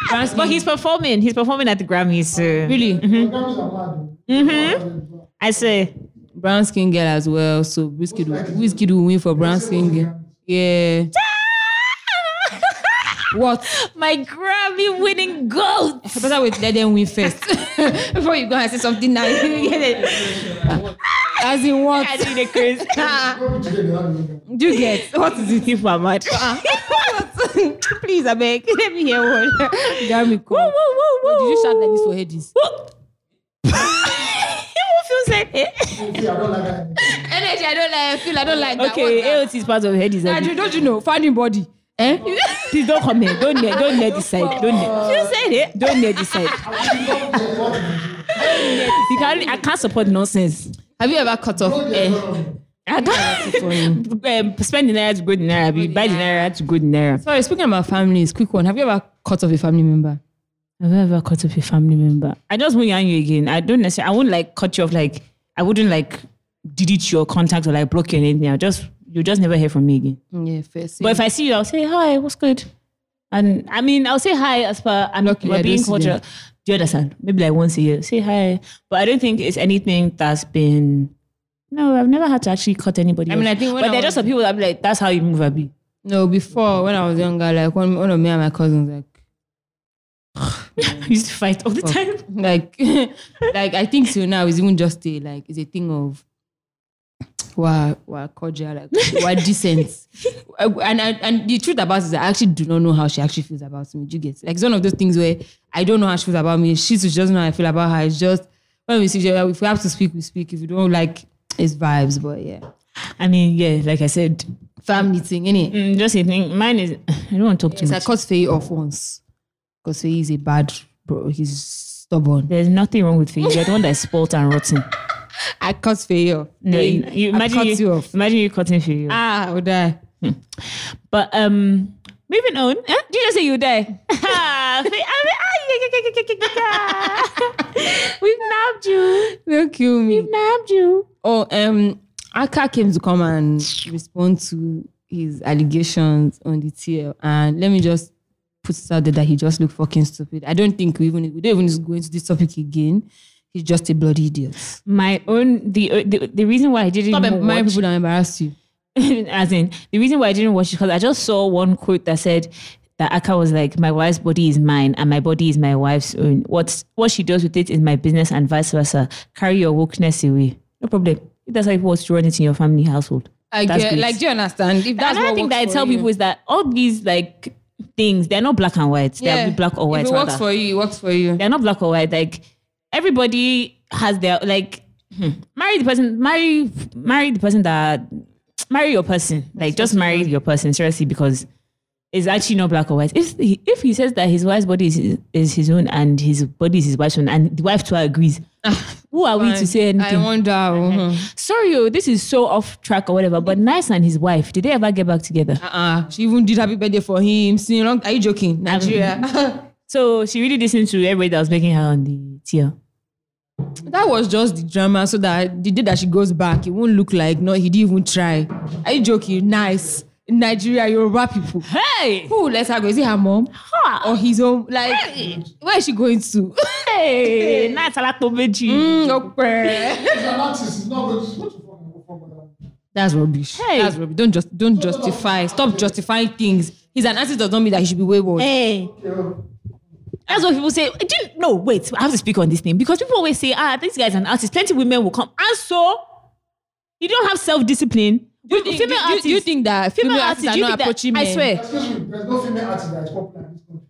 Trans- But he's performing. He's performing at the Grammys. So. really Mm-hmm. I say, brown skin girl as well. So whiskey will, whiskey will win for brown skin girl. Yeah. What? my Grammy winning goat. I better wait, let them win first before you go and say something now. as in I what? did it, Chris. Do you get? what is it, if I'm mad? Please, I beg. Let me hear one. Damn it, Whoa, cool. whoa, whoa, whoa. Wait, Did you shout like this for Hades? Whoa. It will feel safe. eh? Energy, I don't like. I feel I don't like that. Okay, AOT is part of head is Andrew, don't you know? Finding body. Eh? Please don't come here. Don't near, don't near this side. Don't near. You said it. Don't near this side. you can't, I can't support nonsense. Have you ever cut off hair? I can't um, spend the naira to go the naira. You buy the naira to go the naira. Sorry, speaking about families, quick one. Have you ever cut off a family member? Have I ever cut off a family member? I just won't yarn you again. I don't necessarily. I won't like cut you off. Like I wouldn't like delete your contact or like block you or anything. I just you just never hear from me again. Yeah, first. But if I see you, I'll say hi. What's good? And I mean, I'll say hi as per I'm Luckily, I we're don't being see them. cordial. Do you understand? Maybe like once a year, say hi. But I don't think it's anything that's been. No, I've never had to actually cut anybody. I mean, off. I think when but I there was- are just some people that be like, "That's how you move, Abi." No, before when I was younger, like one, one of me and my cousins, like, We used to fight all the time. like, like I think so now it's even just a like it's a thing of we're, we're cordial, like we're decent. and I, and the truth about it is I actually do not know how she actually feels about me. Do you get? Like it's one of those things where I don't know how she feels about me. She just doesn't know how I feel about her. It's just when we see each other, if we have to speak, we speak. If we don't like, it's vibes. But yeah, I mean, yeah, like I said, family thing, innit? mm, just a thing. Mine is. I don't want to talk too Yes, I much. cut Faye off once because Faye is a bad bro. He's stubborn. There's nothing wrong with you. You're the one that's spoiled and rotten. I cut Faye off. No, Faye, you, you I imagine cut you, you off. imagine you cutting for you. Ah, I would die. But um, moving on. Eh? Did you just say you die? Ah, fe- ah, me- ah, yeah, yeah, yeah, yeah, yeah, yeah. We've nabbed you. Don't kill me. We've nabbed you. Oh, um, Aka came to come and respond to his allegations on the TL, and let me just put it out there that he just looked fucking stupid. I don't think we even we don't even go into this topic again. He's just a bloody idiot. My own the uh, the, the reason why I didn't Stop even admiring watch, people that embarrass you. as in the reason why I didn't watch is because I just saw one quote that said that Aka was like, "My wife's body is mine, and my body is my wife's own. What what she does with it is my business, and vice versa. Carry your wokeness away. No problem. If that's how you want to run it in your family houseld." I That's get, great. like, do you understand? If that's another what thing works that I for tell you. people is that all these like things, they're not black and white. They're black or white. If it works rather. for you, it works for you. they're not black or white. Like everybody has their like hmm, marry the person, marry marry the person that marry your person. Like just marry your person seriously because it's actually not black or white. If he, if he says that his wife's body is, is his own and his body is his wife's own and the wife too agrees, who are we to say anything? Ah, I wonder. Uh-huh. Sorry, oh, this is so off track or whatever. But Nice and his wife, did they ever get back together? Uh-uh. She even did happy birthday for him. Sing along. Are you joking? Nigeria. So she really listened to everybody that was making her on the tier. that was just the drama so that the day that she goes back, it won't look like no, he didn't even try. Are you joking? Nice. In Nigeria, Yoruba people. Hey! Who lets her go? Is it her mom? Ha! Or his own? Like, where is she going to? Hey! Nice Alakomeji. Mm, okay. That's rubbish. Hey. That's rubbish. Don't just don't justify. Stop justifying things. He's an artist does not mean that he should be wayward. Hey! That's what people say. Do you, no, wait, I have to speak on this thing because people always say, ah, this guy's an artist. Plenty women will come. And so, you don't have self discipline Do you, think, do, female you- do you artists- think that female, female artists, artists, do you are not think that- approaching I men? swear. Excuse me, there's no female artist that is popular in this country.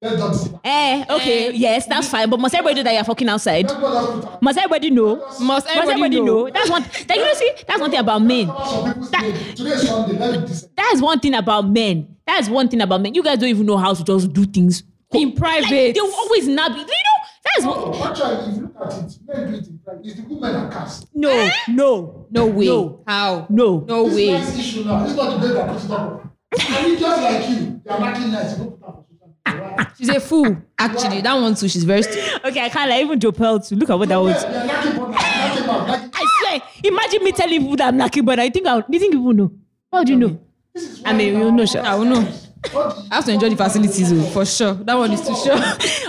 There's no fucking artist. Let's not sit down. Eh, okay, Eh, yes, that's fine. But must everybody know that you're fucking outside? Let's not put out Must everybody know? Must Must everybody, everybody know? know? That's one. That, you know, see, that's one thing about men. some people's name. Today is Sunday. Let's decide. That is one thing about men. That is one thing about men. You guys don't even know how to just do things In Like, private. they will always nab you. You know, that is what. Oh, actually, if you look at it, men do it in private. It's the women that cast. No, Eh? no, no way. No. How? No. No this way. nice issue now. It's not the girl that puts it up. I mean, just like you, they are marking nice. You don't put up for social media. Why? She's a fool. Actually, that one too. She's very. St- Okay, I can't lie. Even Joe Pell too. Look at what that was. Yeah, they are knocking button, knocking back, knocking- I swear. Imagine me telling people that I'm lucky, but I think I. Do you think people know? How do you know? This is I mean, why you know, now- I will know. What do you- I have to enjoy the facilities oh, for sure. That one is too sure.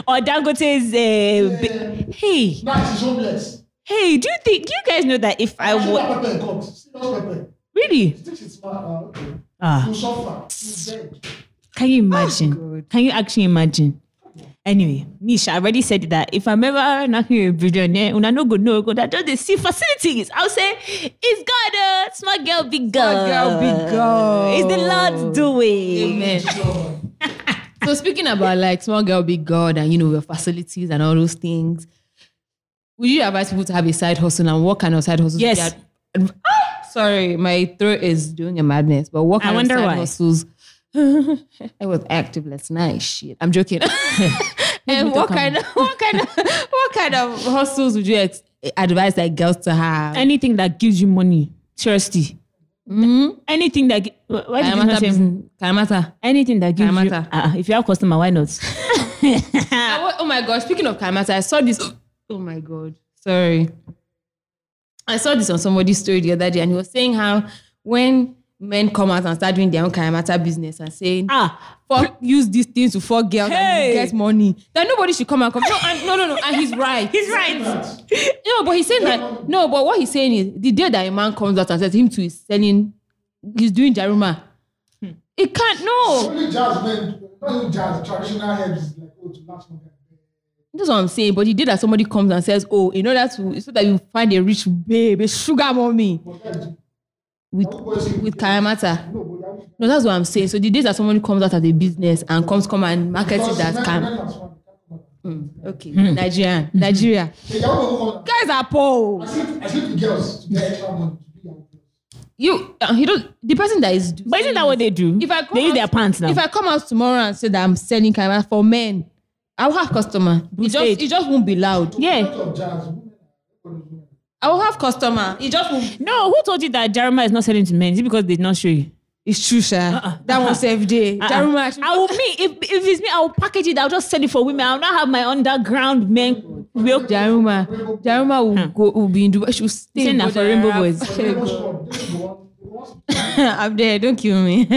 or Dangote's. Uh, ba- hey, Nice is homeless. hey. Do you think do you guys know that if I I should was have pepper in cups. Serious pepper. really? You think she's smart now? Okay. Ah. You suffer. You dead. Can Ah, you imagine? God. Can you actually imagine? Anyway, Misha I already said that if I'm ever knocking a billionaire, una no go no go that just they see facilities. I'll say it's God, uh, small girl, big girl, Small girl, big girl. It's the Lord's doing. Amen. Sure. so speaking about like small girl, big God, and you know your facilities and all those things, would you advise people to have a side hustle and what kind of side hustles? Yes. they are- Ah, sorry, my throat is doing a madness. But what I kind wonder of side why. hustles? I was active last night. Shit, I'm joking. and me what talk kind of what kind of what kind of hustles would you ex- advise like girls to have? Anything that gives you money, seriously. Anything that gi- wh- why did you not Kalamata say Mm-hmm. business. Kalamata. anything that gives you Kalamata. uh, if you have customer, why not? Ah. I wa- oh my god! Speaking of Kalamata, I saw this. Oh my god! Sorry, I saw this on somebody's story the other day, and he was saying how when men come out and start doing their own Kalamata business and saying, ah, "Fuck, use these things to fuck girls and Hey! you get money," that nobody should come and come. No, and, no, no, no, and he's right. he's right. No, but he's saying that no, but what he's saying is the day that a man comes out and says him to is selling, he's doing Jaruma. Hmm. It can't no. Only jazz men, not only jazz, traditional herbs is like, oh, to match my That's what I'm saying. But the day that somebody comes and says, Oh, in order to so that you find a rich babe, a sugar mommy with with Kayamata. No, but that was- No, that's what I'm saying. So the day that someone comes out of the business and comes come and markets it because that men- can men are smart. okay, Hmm. Nigerian, Nigeria. They are all Guys are poor. I sleep, I sleep with girls to get extra money to be young girls. You uh, you don't the person that is But isn't that what they do? if I come they use out, their pants now. If I come out tomorrow and say that I'm selling camera for men, I'll have customer. It just, said. it just won't be loud. yeah. Lot of jazz, women are very good. I will have customer. It just won't. No, who told you that Jeremiah is not selling to men? Is it because they did not show you? It's true, sha. Uh-uh. That one save day. Uh-uh. That reminds me- I will me if, if it's me, I will package it. I'll just sell it for women. I'll not have my underground men. Will Jaruma, Jaruma will go will be in Dubai. She'll stay in Send her Dubai. for Rainbow Boys. But they must come. They go on- they want- I'm there. Don't kill me.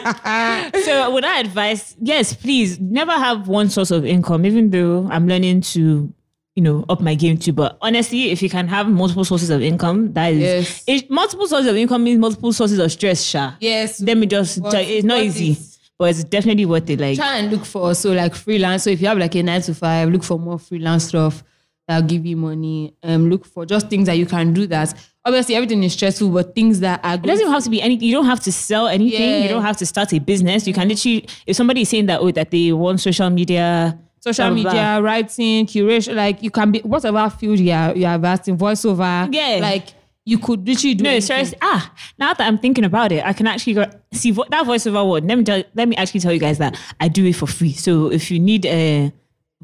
so would I advise? Yes, please. Never have one source of income, even though I'm learning to, you know, up my game too. But honestly, if you can have multiple sources of income, that is Yes. it, multiple sources of income means multiple sources of stress, Sha. yes. Let me just But- it's not but easy. it's- but it's definitely worth it. Like Try and look for so like freelance. So if you have like a nine to five, look for more freelance stuff that'll give you money. Um, look for just things that you can do. That obviously everything is stressful, but things that are It doesn't even have to be anything. You don't have to sell anything. Yeah. You don't have to start a business. You can literally, if somebody is saying that, oh, that they want social media, social blah, blah, blah. media, writing, curation, like you can be whatever field you are you are vast in voiceover. Yeah. Like you could literally do No, anything. seriously. Ah, now that I'm thinking about it, I can actually go, see vo- that voiceover word. Let me tell, let me actually tell you guys that I do it for free. So if you need a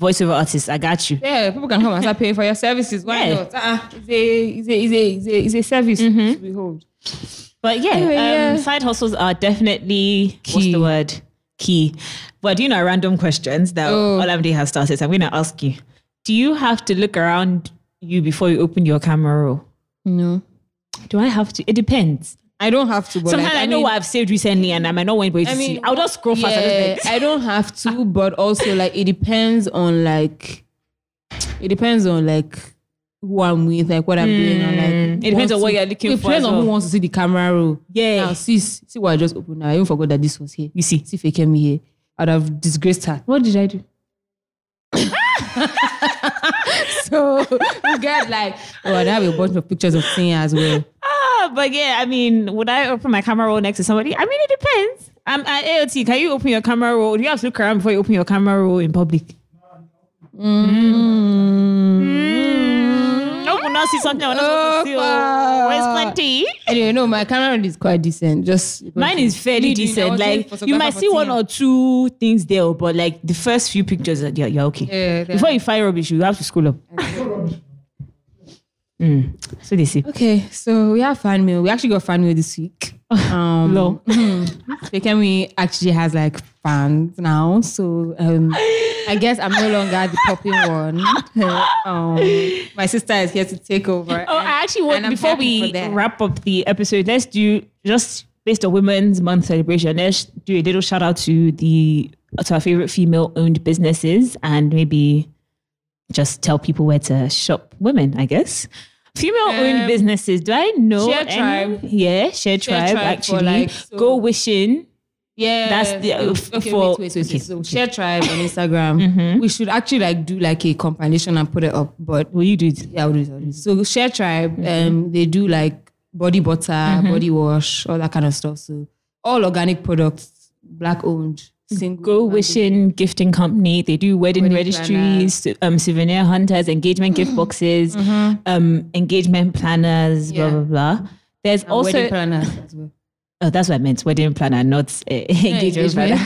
voiceover artist, I got you. Yeah, people can come and start paying for your services. Why Yeah. not? Uh-uh. It's, a, it's, a, it's, a, it's, a, it's a service to behold. But yeah, Anyway, um, yeah. side hustles are definitely what's Key. the word key. But you know, random questions that Oh. Olamide has started. So I'm going to ask you: Do you have to look around you before you open your camera roll? No. Do I have to? It depends. I don't have to. But Sometimes like, I, know mean, what I've saved recently, and I might not want anybody I to mean, see. I'll just scroll fast. I'll yeah, just be like, I don't have to, but also like it depends on like it depends on like who I'm with, like what I'm doing, and like Hmm. It who depends wants on what to- you're looking It for depends as on who well. wants to see the camera roll. Yeah. Now, see, see what I just opened now. I even forgot that this was here. you see. See if I came here, I'd have disgraced her. What did I do? So you get like, oh, I have a bunch of pictures of things as well. Ah, but yeah, I mean, would I open my camera roll next to somebody? I mean, it depends. Um, at AOT, can you open your camera roll? Do you have to look around before you open your camera roll in public? Mm. No, we not see something I not supposed to see. Oh, Opa. where's plenty? Anyway, no, my camera roll is quite decent. Just Mine is fairly Leading, I decent. was doing Like photographer you might for see one Tina. or two things there, but like the first few pictures, are- you're, you're okay. Yeah, they Before are. you fire rubbish, you have to school up. Mm. So they say, Okay, so we have fan mail. We actually got fan mail this week. Um, Lol. we actually has like fans now, so um, I guess I'm no longer the popping one. um, my sister is here to take over. Oh, I actually want and I'm before happy we for that. wrap up the episode, let's do just based on Women's Month celebration. Let's do a little shout out to the to our favorite female owned businesses and maybe just tell people where to shop women. I guess female owned Um, businesses. Do I know? Share any? Tribe. Yeah, share, tribe, Tribe for, Actually, like, so- go wishing. Yeah, That's the- uh, f- okay. for- wait, wait, wait, okay, Mm-hmm. wait. So share tribe on Instagram. We should actually like do like a compilation and put it up, but Will you do it? yeah, I'll do it, I'll do it. So share tribe. Um, they do like body butter, body wash, all that kind of stuff. So all organic products, black owned, single. Go and- Wishing Gifting Company. They do wedding, Wedding Mm-hmm. registries, um, souvenir hunters, engagement gift boxes, um, engagement planners, Yeah. blah blah blah. There's and also wedding planners as well. oh, that's what I meant. Wedding planner, not uh, engagement planner.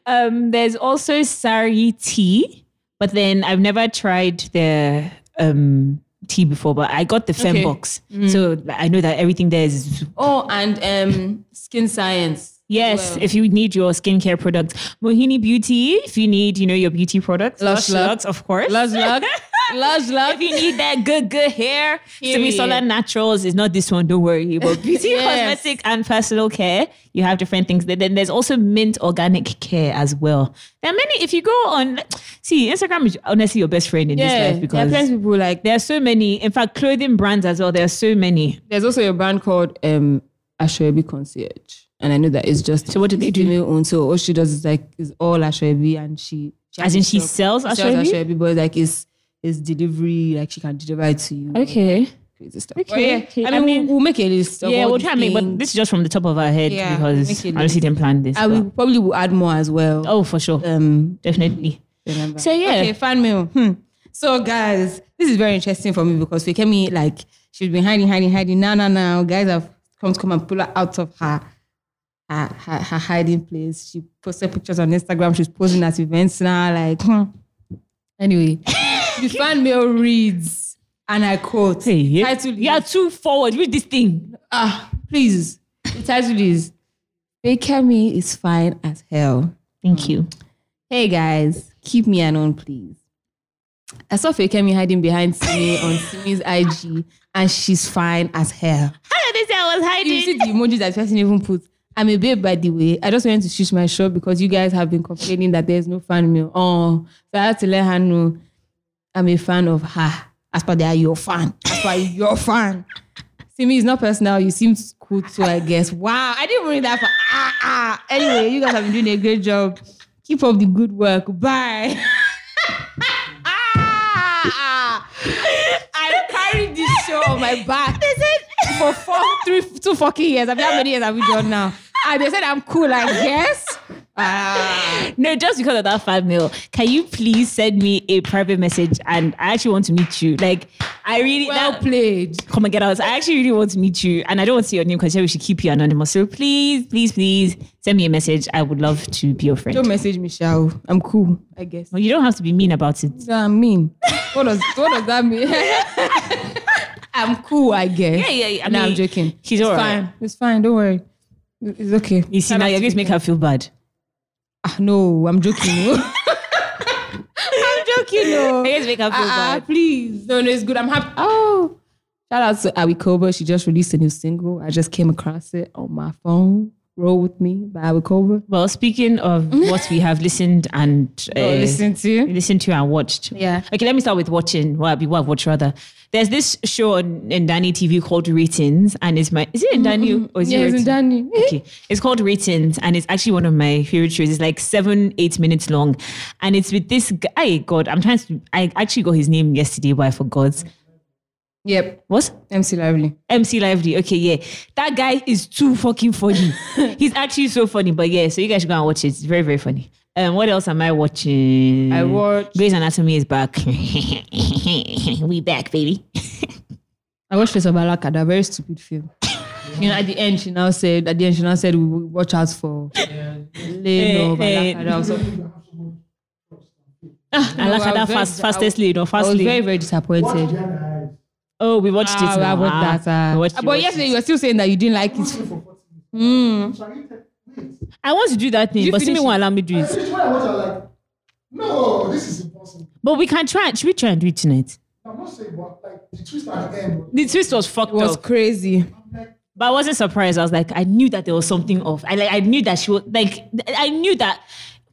um, there's also Sari tea, but then I've never tried their um, tea before. But I got the fem Okay. Mm. box, so I know that everything there is Oh, and um, skin science. Yes, well. if you need your skincare products, Mohini Beauty. If you need, you know, your beauty products, Lush Luck. of course. Large luck, large luck. If you need that good, good hair, Period. Simisola Naturals is not this one. Don't worry. But beauty, Yes. cosmetic, and personal care, you have different things. Then then there's also Mint Organic Care as well. There are many. If you go on, see, Instagram is honestly your best friend in Yeah, this life there are because plenty of people like there are so many. In fact, clothing brands as well. There are so many. There's also a brand called um Ashwebi Concierge. And I know that it's just So what do they do? female owned. So all she does is like is all Ashwebi and she, she has As in a she shop. sells She sells Ashwebi? Ashwebi, but like it's it's delivery, like she can deliver it to you. and Okay. Crazy stuff. But Okay, yeah, okay. I I mean, we'll- mean- we'll, make a list. Of yeah, all we'll the try and make, but things. this is just from the top of our head Yeah, because make it honestly didn't plan this. I but- will probably will add more as well. Oh, for sure. Um, Definitely. remember. So, yeah. Okay, fan mail. Hmm. So guys, this is very interesting for me because Fikemi, like, she's been hiding, hiding, hiding. Now, now, now, guys have come to come and pull her out of her, her, her, her hiding place. She posted pictures on Instagram. She's posing at events now. Like, hmm. anyway, the fan mail reads, and I quote, Hey, yeah. title You are is, too forward with this thing. ah, please. The title is, Fikemi is fine as hell. Thank you. Hey guys, keep me anon, please. I saw Fekemi hiding behind Simi on Simi's IG, and she's fine as hell. How did they say I was You see hiding? the emojis that person even put. I'm a babe, by the way. I just went to shoot my shot because you guys have been complaining that there's no fan mail. Oh, so I had to let her know I'm a fan of her. As per they are your fan. As per your fan. Simi is not personal. You seem cool too, I guess. Wow, I didn't read that for ah ah. Anyway, you guys have been doing a great job. Keep up the good work. Bye. Ah! I carried this show on my back for four, three, two fucking years. I mean, how many years have we done now? And they said I'm cool, I guess. Ah. No, just because of that five mil. Can you please send me a private message? And I actually want to meet you. Like, I really well that- played. Come and get out. I actually really want to meet you, and I don't want to see your name because we should keep you anonymous. So please, please, please send me a message. I would love to be your friend. Don't message me, Shao. I'm cool, I guess. Well, you don't have to be mean about it. That mean? What does what does that mean? I'm cool, I guess. Yeah, yeah, yeah. I no, I'm mean, joking. she's it's all right. fine. It's fine. Don't worry. It's okay. You see, Shout now out you're to going to make her feel bad. Ah, no, I'm joking. I'm joking. No. You're going to make her feel Ah, ah, bad. please. No, no, it's good. I'm happy. Oh. Shout out to Awi Koba. She just released a new single. I just came across it on my phone. Roll with me by Awi Koba. Well, speaking of what we have listened and uh, Go Oh, listen to. listened to and watched. Yeah. Okay, let me start with watching. Well, what I've watched rather. There's this show on in Danny TV called Ratings, and it's my is it in Danny or is Yeah, it it's in Ratings? Danny. okay. It's called Ratings, and it's actually one of my favorite shows. It's like seven, eight minutes long, and it's with this guy. God, I'm trying to. I actually got his name yesterday, but I forgot. Yep. What? MC Lively. MC Lively. Okay, yeah. That guy is too fucking funny. He's actually so funny. But yeah, so you guys should go and watch it. It's very, very funny. Um, what else am I watching? I watched- Grey's Anatomy is back. we back, baby. I watched Face of Balaka, that very stupid film. you know, at the end she now said at the end she now said we will watch out for Lane or Eh, eh. Balaka. That was so- I like I was that very- fast, I was- fastest lead or I fast was lane. very, very Watch disappointed. behind her eyes. oh, we watched it. Ah, now. I watched that. We ah. watched it, but watched yesterday it. you were still saying that you didn't like it. Stay for 40 minutes. Mm. So I need to- wait. I want to do that thing, you but Simi finish it? won't allow me do I it. finished when I watch, I was like, no, this is impossible. But we can try. Should we try and do it tonight? I'm not saying, but like the twist at the end. The twist was fucked It was up, crazy. but I wasn't surprised. I was like, I knew that there was something off. I like, I knew that she was like, I knew that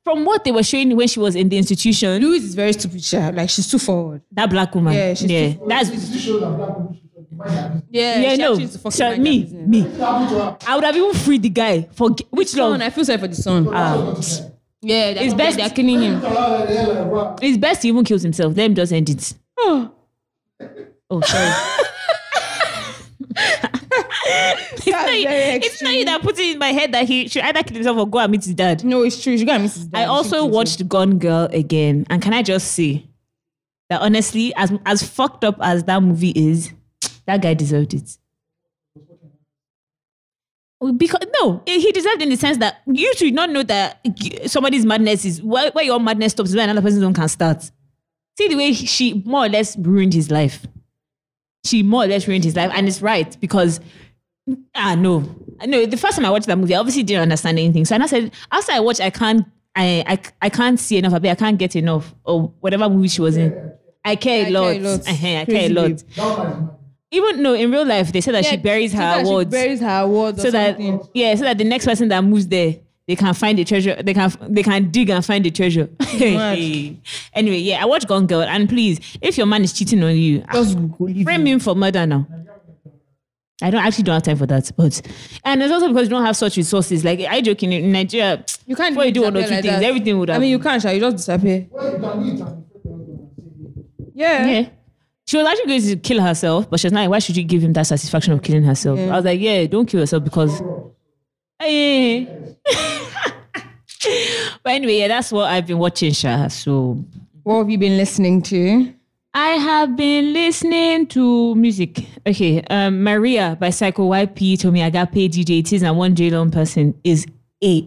from what they were showing when she was in the institution, Louis is very stupid, child. Like she's too forward. that black woman. Yeah, she's yeah. too- That's This shows that black people should be mind their business. Yeah, yeah, she no. actually is fucking So, mind me, her business. me. It happened to her. I would have even freed the guy for g- which Son, long. I feel sorry for the son. That's what she said. Yeah, they're, Ah. It's best- they're killing him. Look at her like the hell, like, wow. It's best he even kills himself. Let him just end it. Oh, Oh, sorry. it's, not you, very it's not you that put it in my head that he should either kill himself or go and meet his dad. no, it's true. She got miss. I also watched Gone Girl again, and can I just say that honestly, as as fucked up as that movie is, that guy deserved it. Because no, he deserved in the sense that you should not know that somebody's madness is where, where your madness stops is where another person's own can start. See the way she more or less ruined his life. She more or less ruined his life, and it's right because ah no no the first time i watched that movie i obviously didn't understand anything so and i said after i watched i can't I, I i can't see enough of it i can't get enough or whatever movie she was in i care a I care lot a lot. Uh-huh, i care a Crazy lot babe. That one is mad. even no in real life they said that she buries her awards buries her awards. so that yeah so that the next person that moves there they can find the treasure they can they can dig and find the treasure anyway yeah i watched gone girl and please if your man is cheating on you ah, just go leave frame him for murder now. I don't actually don't have time for that, but and it's also because you don't have such resources. Like I joking in Nigeria, You can't before you do one or two disappear like things, that. everything would. I Have mean, you can't. Shall you just disappear? Well, you can do it and you feel the husband and say, Yeah. yeah. She was actually going to kill herself, but she's like, why should you give him that satisfaction of killing herself? I was like, yeah, don't kill yourself because. Eh. but anyway, yeah, that's what I've been watching, Sha. So What have you been listening to? I have been listening to music. Okay, um, Maria by Psycho YP, Tommy Agape, DJ Tiz, and One J Long Person is a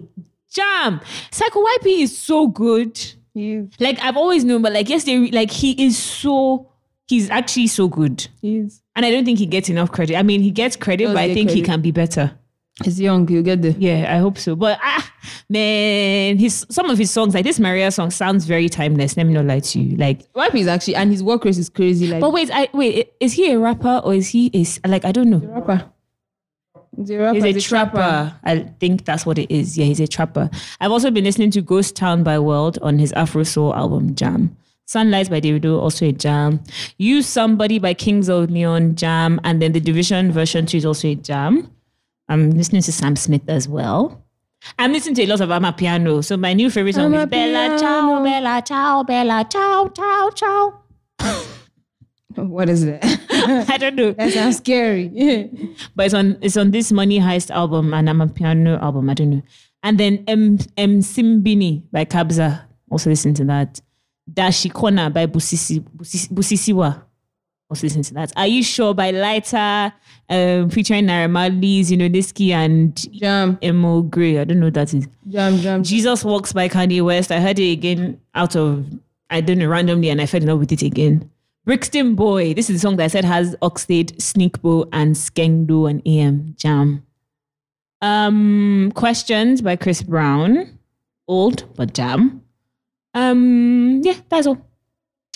jam. Psycho YP is so good. You Like I've always known, but like yesterday, like he is so, he's actually so good. is. And I don't think he gets enough credit. I mean, he gets credit, Does but I get think he credit. can be better. He's young. You get the. Yeah, I hope so. But ah, man, his some of his songs, like this Maria song, sounds very timeless. Let me not lie to you. Like Wipe is actually, and his work rate is crazy. Like But wait, I wait. i- Is he a rapper or is he is like I don't know. rapper. The rapper. He's a the trapper. I think that's what it is. Yeah, he's a trapper. I've also been listening to Ghost Town by World on his Afro Soul album Jam. Sunlight by Davido, also a jam. Use Somebody by Kings of Leon, jam. And then the Division version 2 is also a jam. I'm listening to Sam Smith as well. I'm listening to a lot of Ama Piano. So my new favorite song is Bella Ciao, Bella Ciao, Bella Ciao, Ciao, Ciao. What is that? I don't know. that sounds scary. Yeah. but it's on it's on this Money Heist album and I'm a piano album. I don't know. And then M M Simbini by Kabza. Also listen to that. Dashikona by Busisi Busisi- Busisiwa. Also listen to that. Are you sure by Lighter, um, featuring Naramali, Zinoneski and Jam, Emo Gray. I don't know what that is. jam, jam. Jesus Walks by Kanye West. I heard it again out of, I don't know, randomly, and I fell in love with it again. Brixton Boy. This is the song that I said has Oxlade, Sneakbo, and Skengdo and AM Jam. Um, Questions by Chris Brown. Old, but jam. Um, yeah, that's all.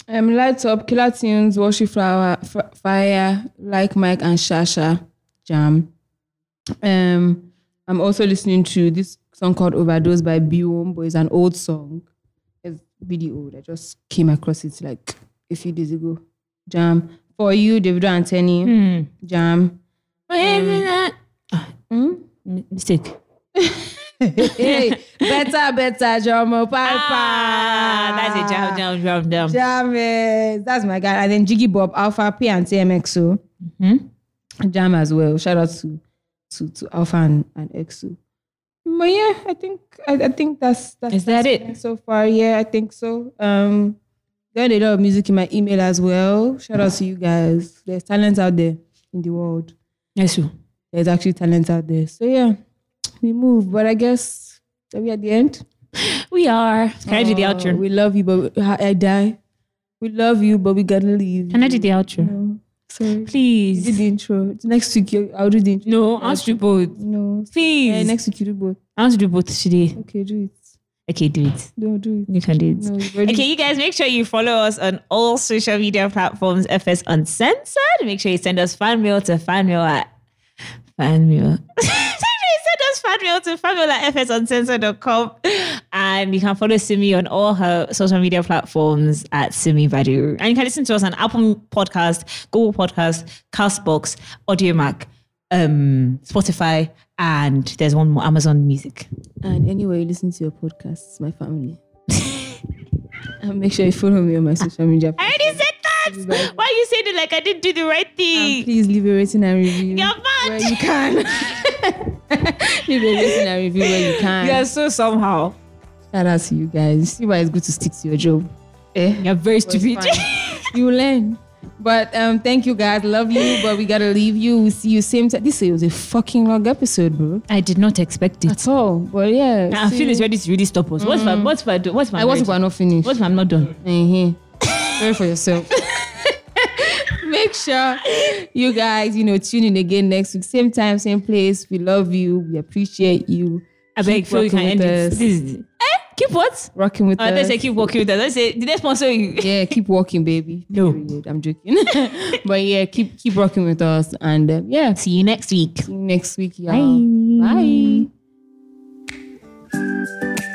Um, lights up, killer tunes, worship flower, f- fire, like Mike and Shasha, jam. Um, I'm also listening to this song called Overdose by Biom, but it's an old song. It's really old. I just came across it like a few days ago. Jam for you, Davido and Tenny. Hmm. Jam. Ah, Mistake. hey, better, better, Jomo Papa. Ah, that's a jam, jam, jam, jam. James, eh. that's my guy. And then Jiggy Bob, Alpha P and TMXO. Mhm. Jam as well. Shout out to to, to Alpha and, and XO. But yeah, I think I, I think that's that's Is that that's it? been so far. Yeah, I think so. Um, got a lot of music in my email as well. Shout out to you guys. There's talent out there in the world. Yes, sure. There's actually talent out there. So yeah, we move. But I guess are we at the end? We are. Can I do the Oh, outro? We love you, but I I die. We love you, but we gotta leave. Can I do the outro? No, sorry. You did Please. the intro. It's next week, you- I'll do the intro. No, I want to do both. No. Yeah, Please. Eh, next week, you do both. I want to do both today. Okay, do it. Okay, do it. Don't do it. You can do it. No, you've already- Okay, you guys, make sure you follow us on all social media platforms, FS Uncensored. Make sure you send us fan mail to fanmail at fanmail. send us fan mail to fanmail at fsuncensored.com. And you can follow Simi on all her social media platforms at Simi Badu. And you can listen to us on Apple Podcast, Google Podcast, Castbox, Audio Mac, um, Spotify, and there's one more, Amazon Music. And anyway, listen to your podcasts, my family. and make sure you follow me on my social media. I already said that. Why you saying it like I didn't do the right And thing? please leave a rating and review. You're mad. Where you can. leave a rating and review where you can. You're so somehow. Shout out to you guys. See why it's good to stick to your job. Eh? You're very But it's stupid. fine. you learn. But um, thank you guys. Love you, but we gotta leave you. We'll see you same time. This was a fucking long episode, bro. I did not expect it. At all. But yeah. I see feel it's you. ready to really stop us. What's my what's my what's my I was marriage? about not finished. what's my I'm not done? Mhm. Sorry for yourself. Make sure you guys, you know, tune in again next week. Same time, same place. We love you. We appreciate you. I Keep beg so you working can end with it. us. This is, eh? Keep what? Rocking with Uh, us. let's say keep working with us. Let's say did they sponsor you? yeah, keep walking, baby. No. Period. I'm joking. but yeah, keep keep rocking with us. And uh, yeah, See you next week. next week, y'all. Bye.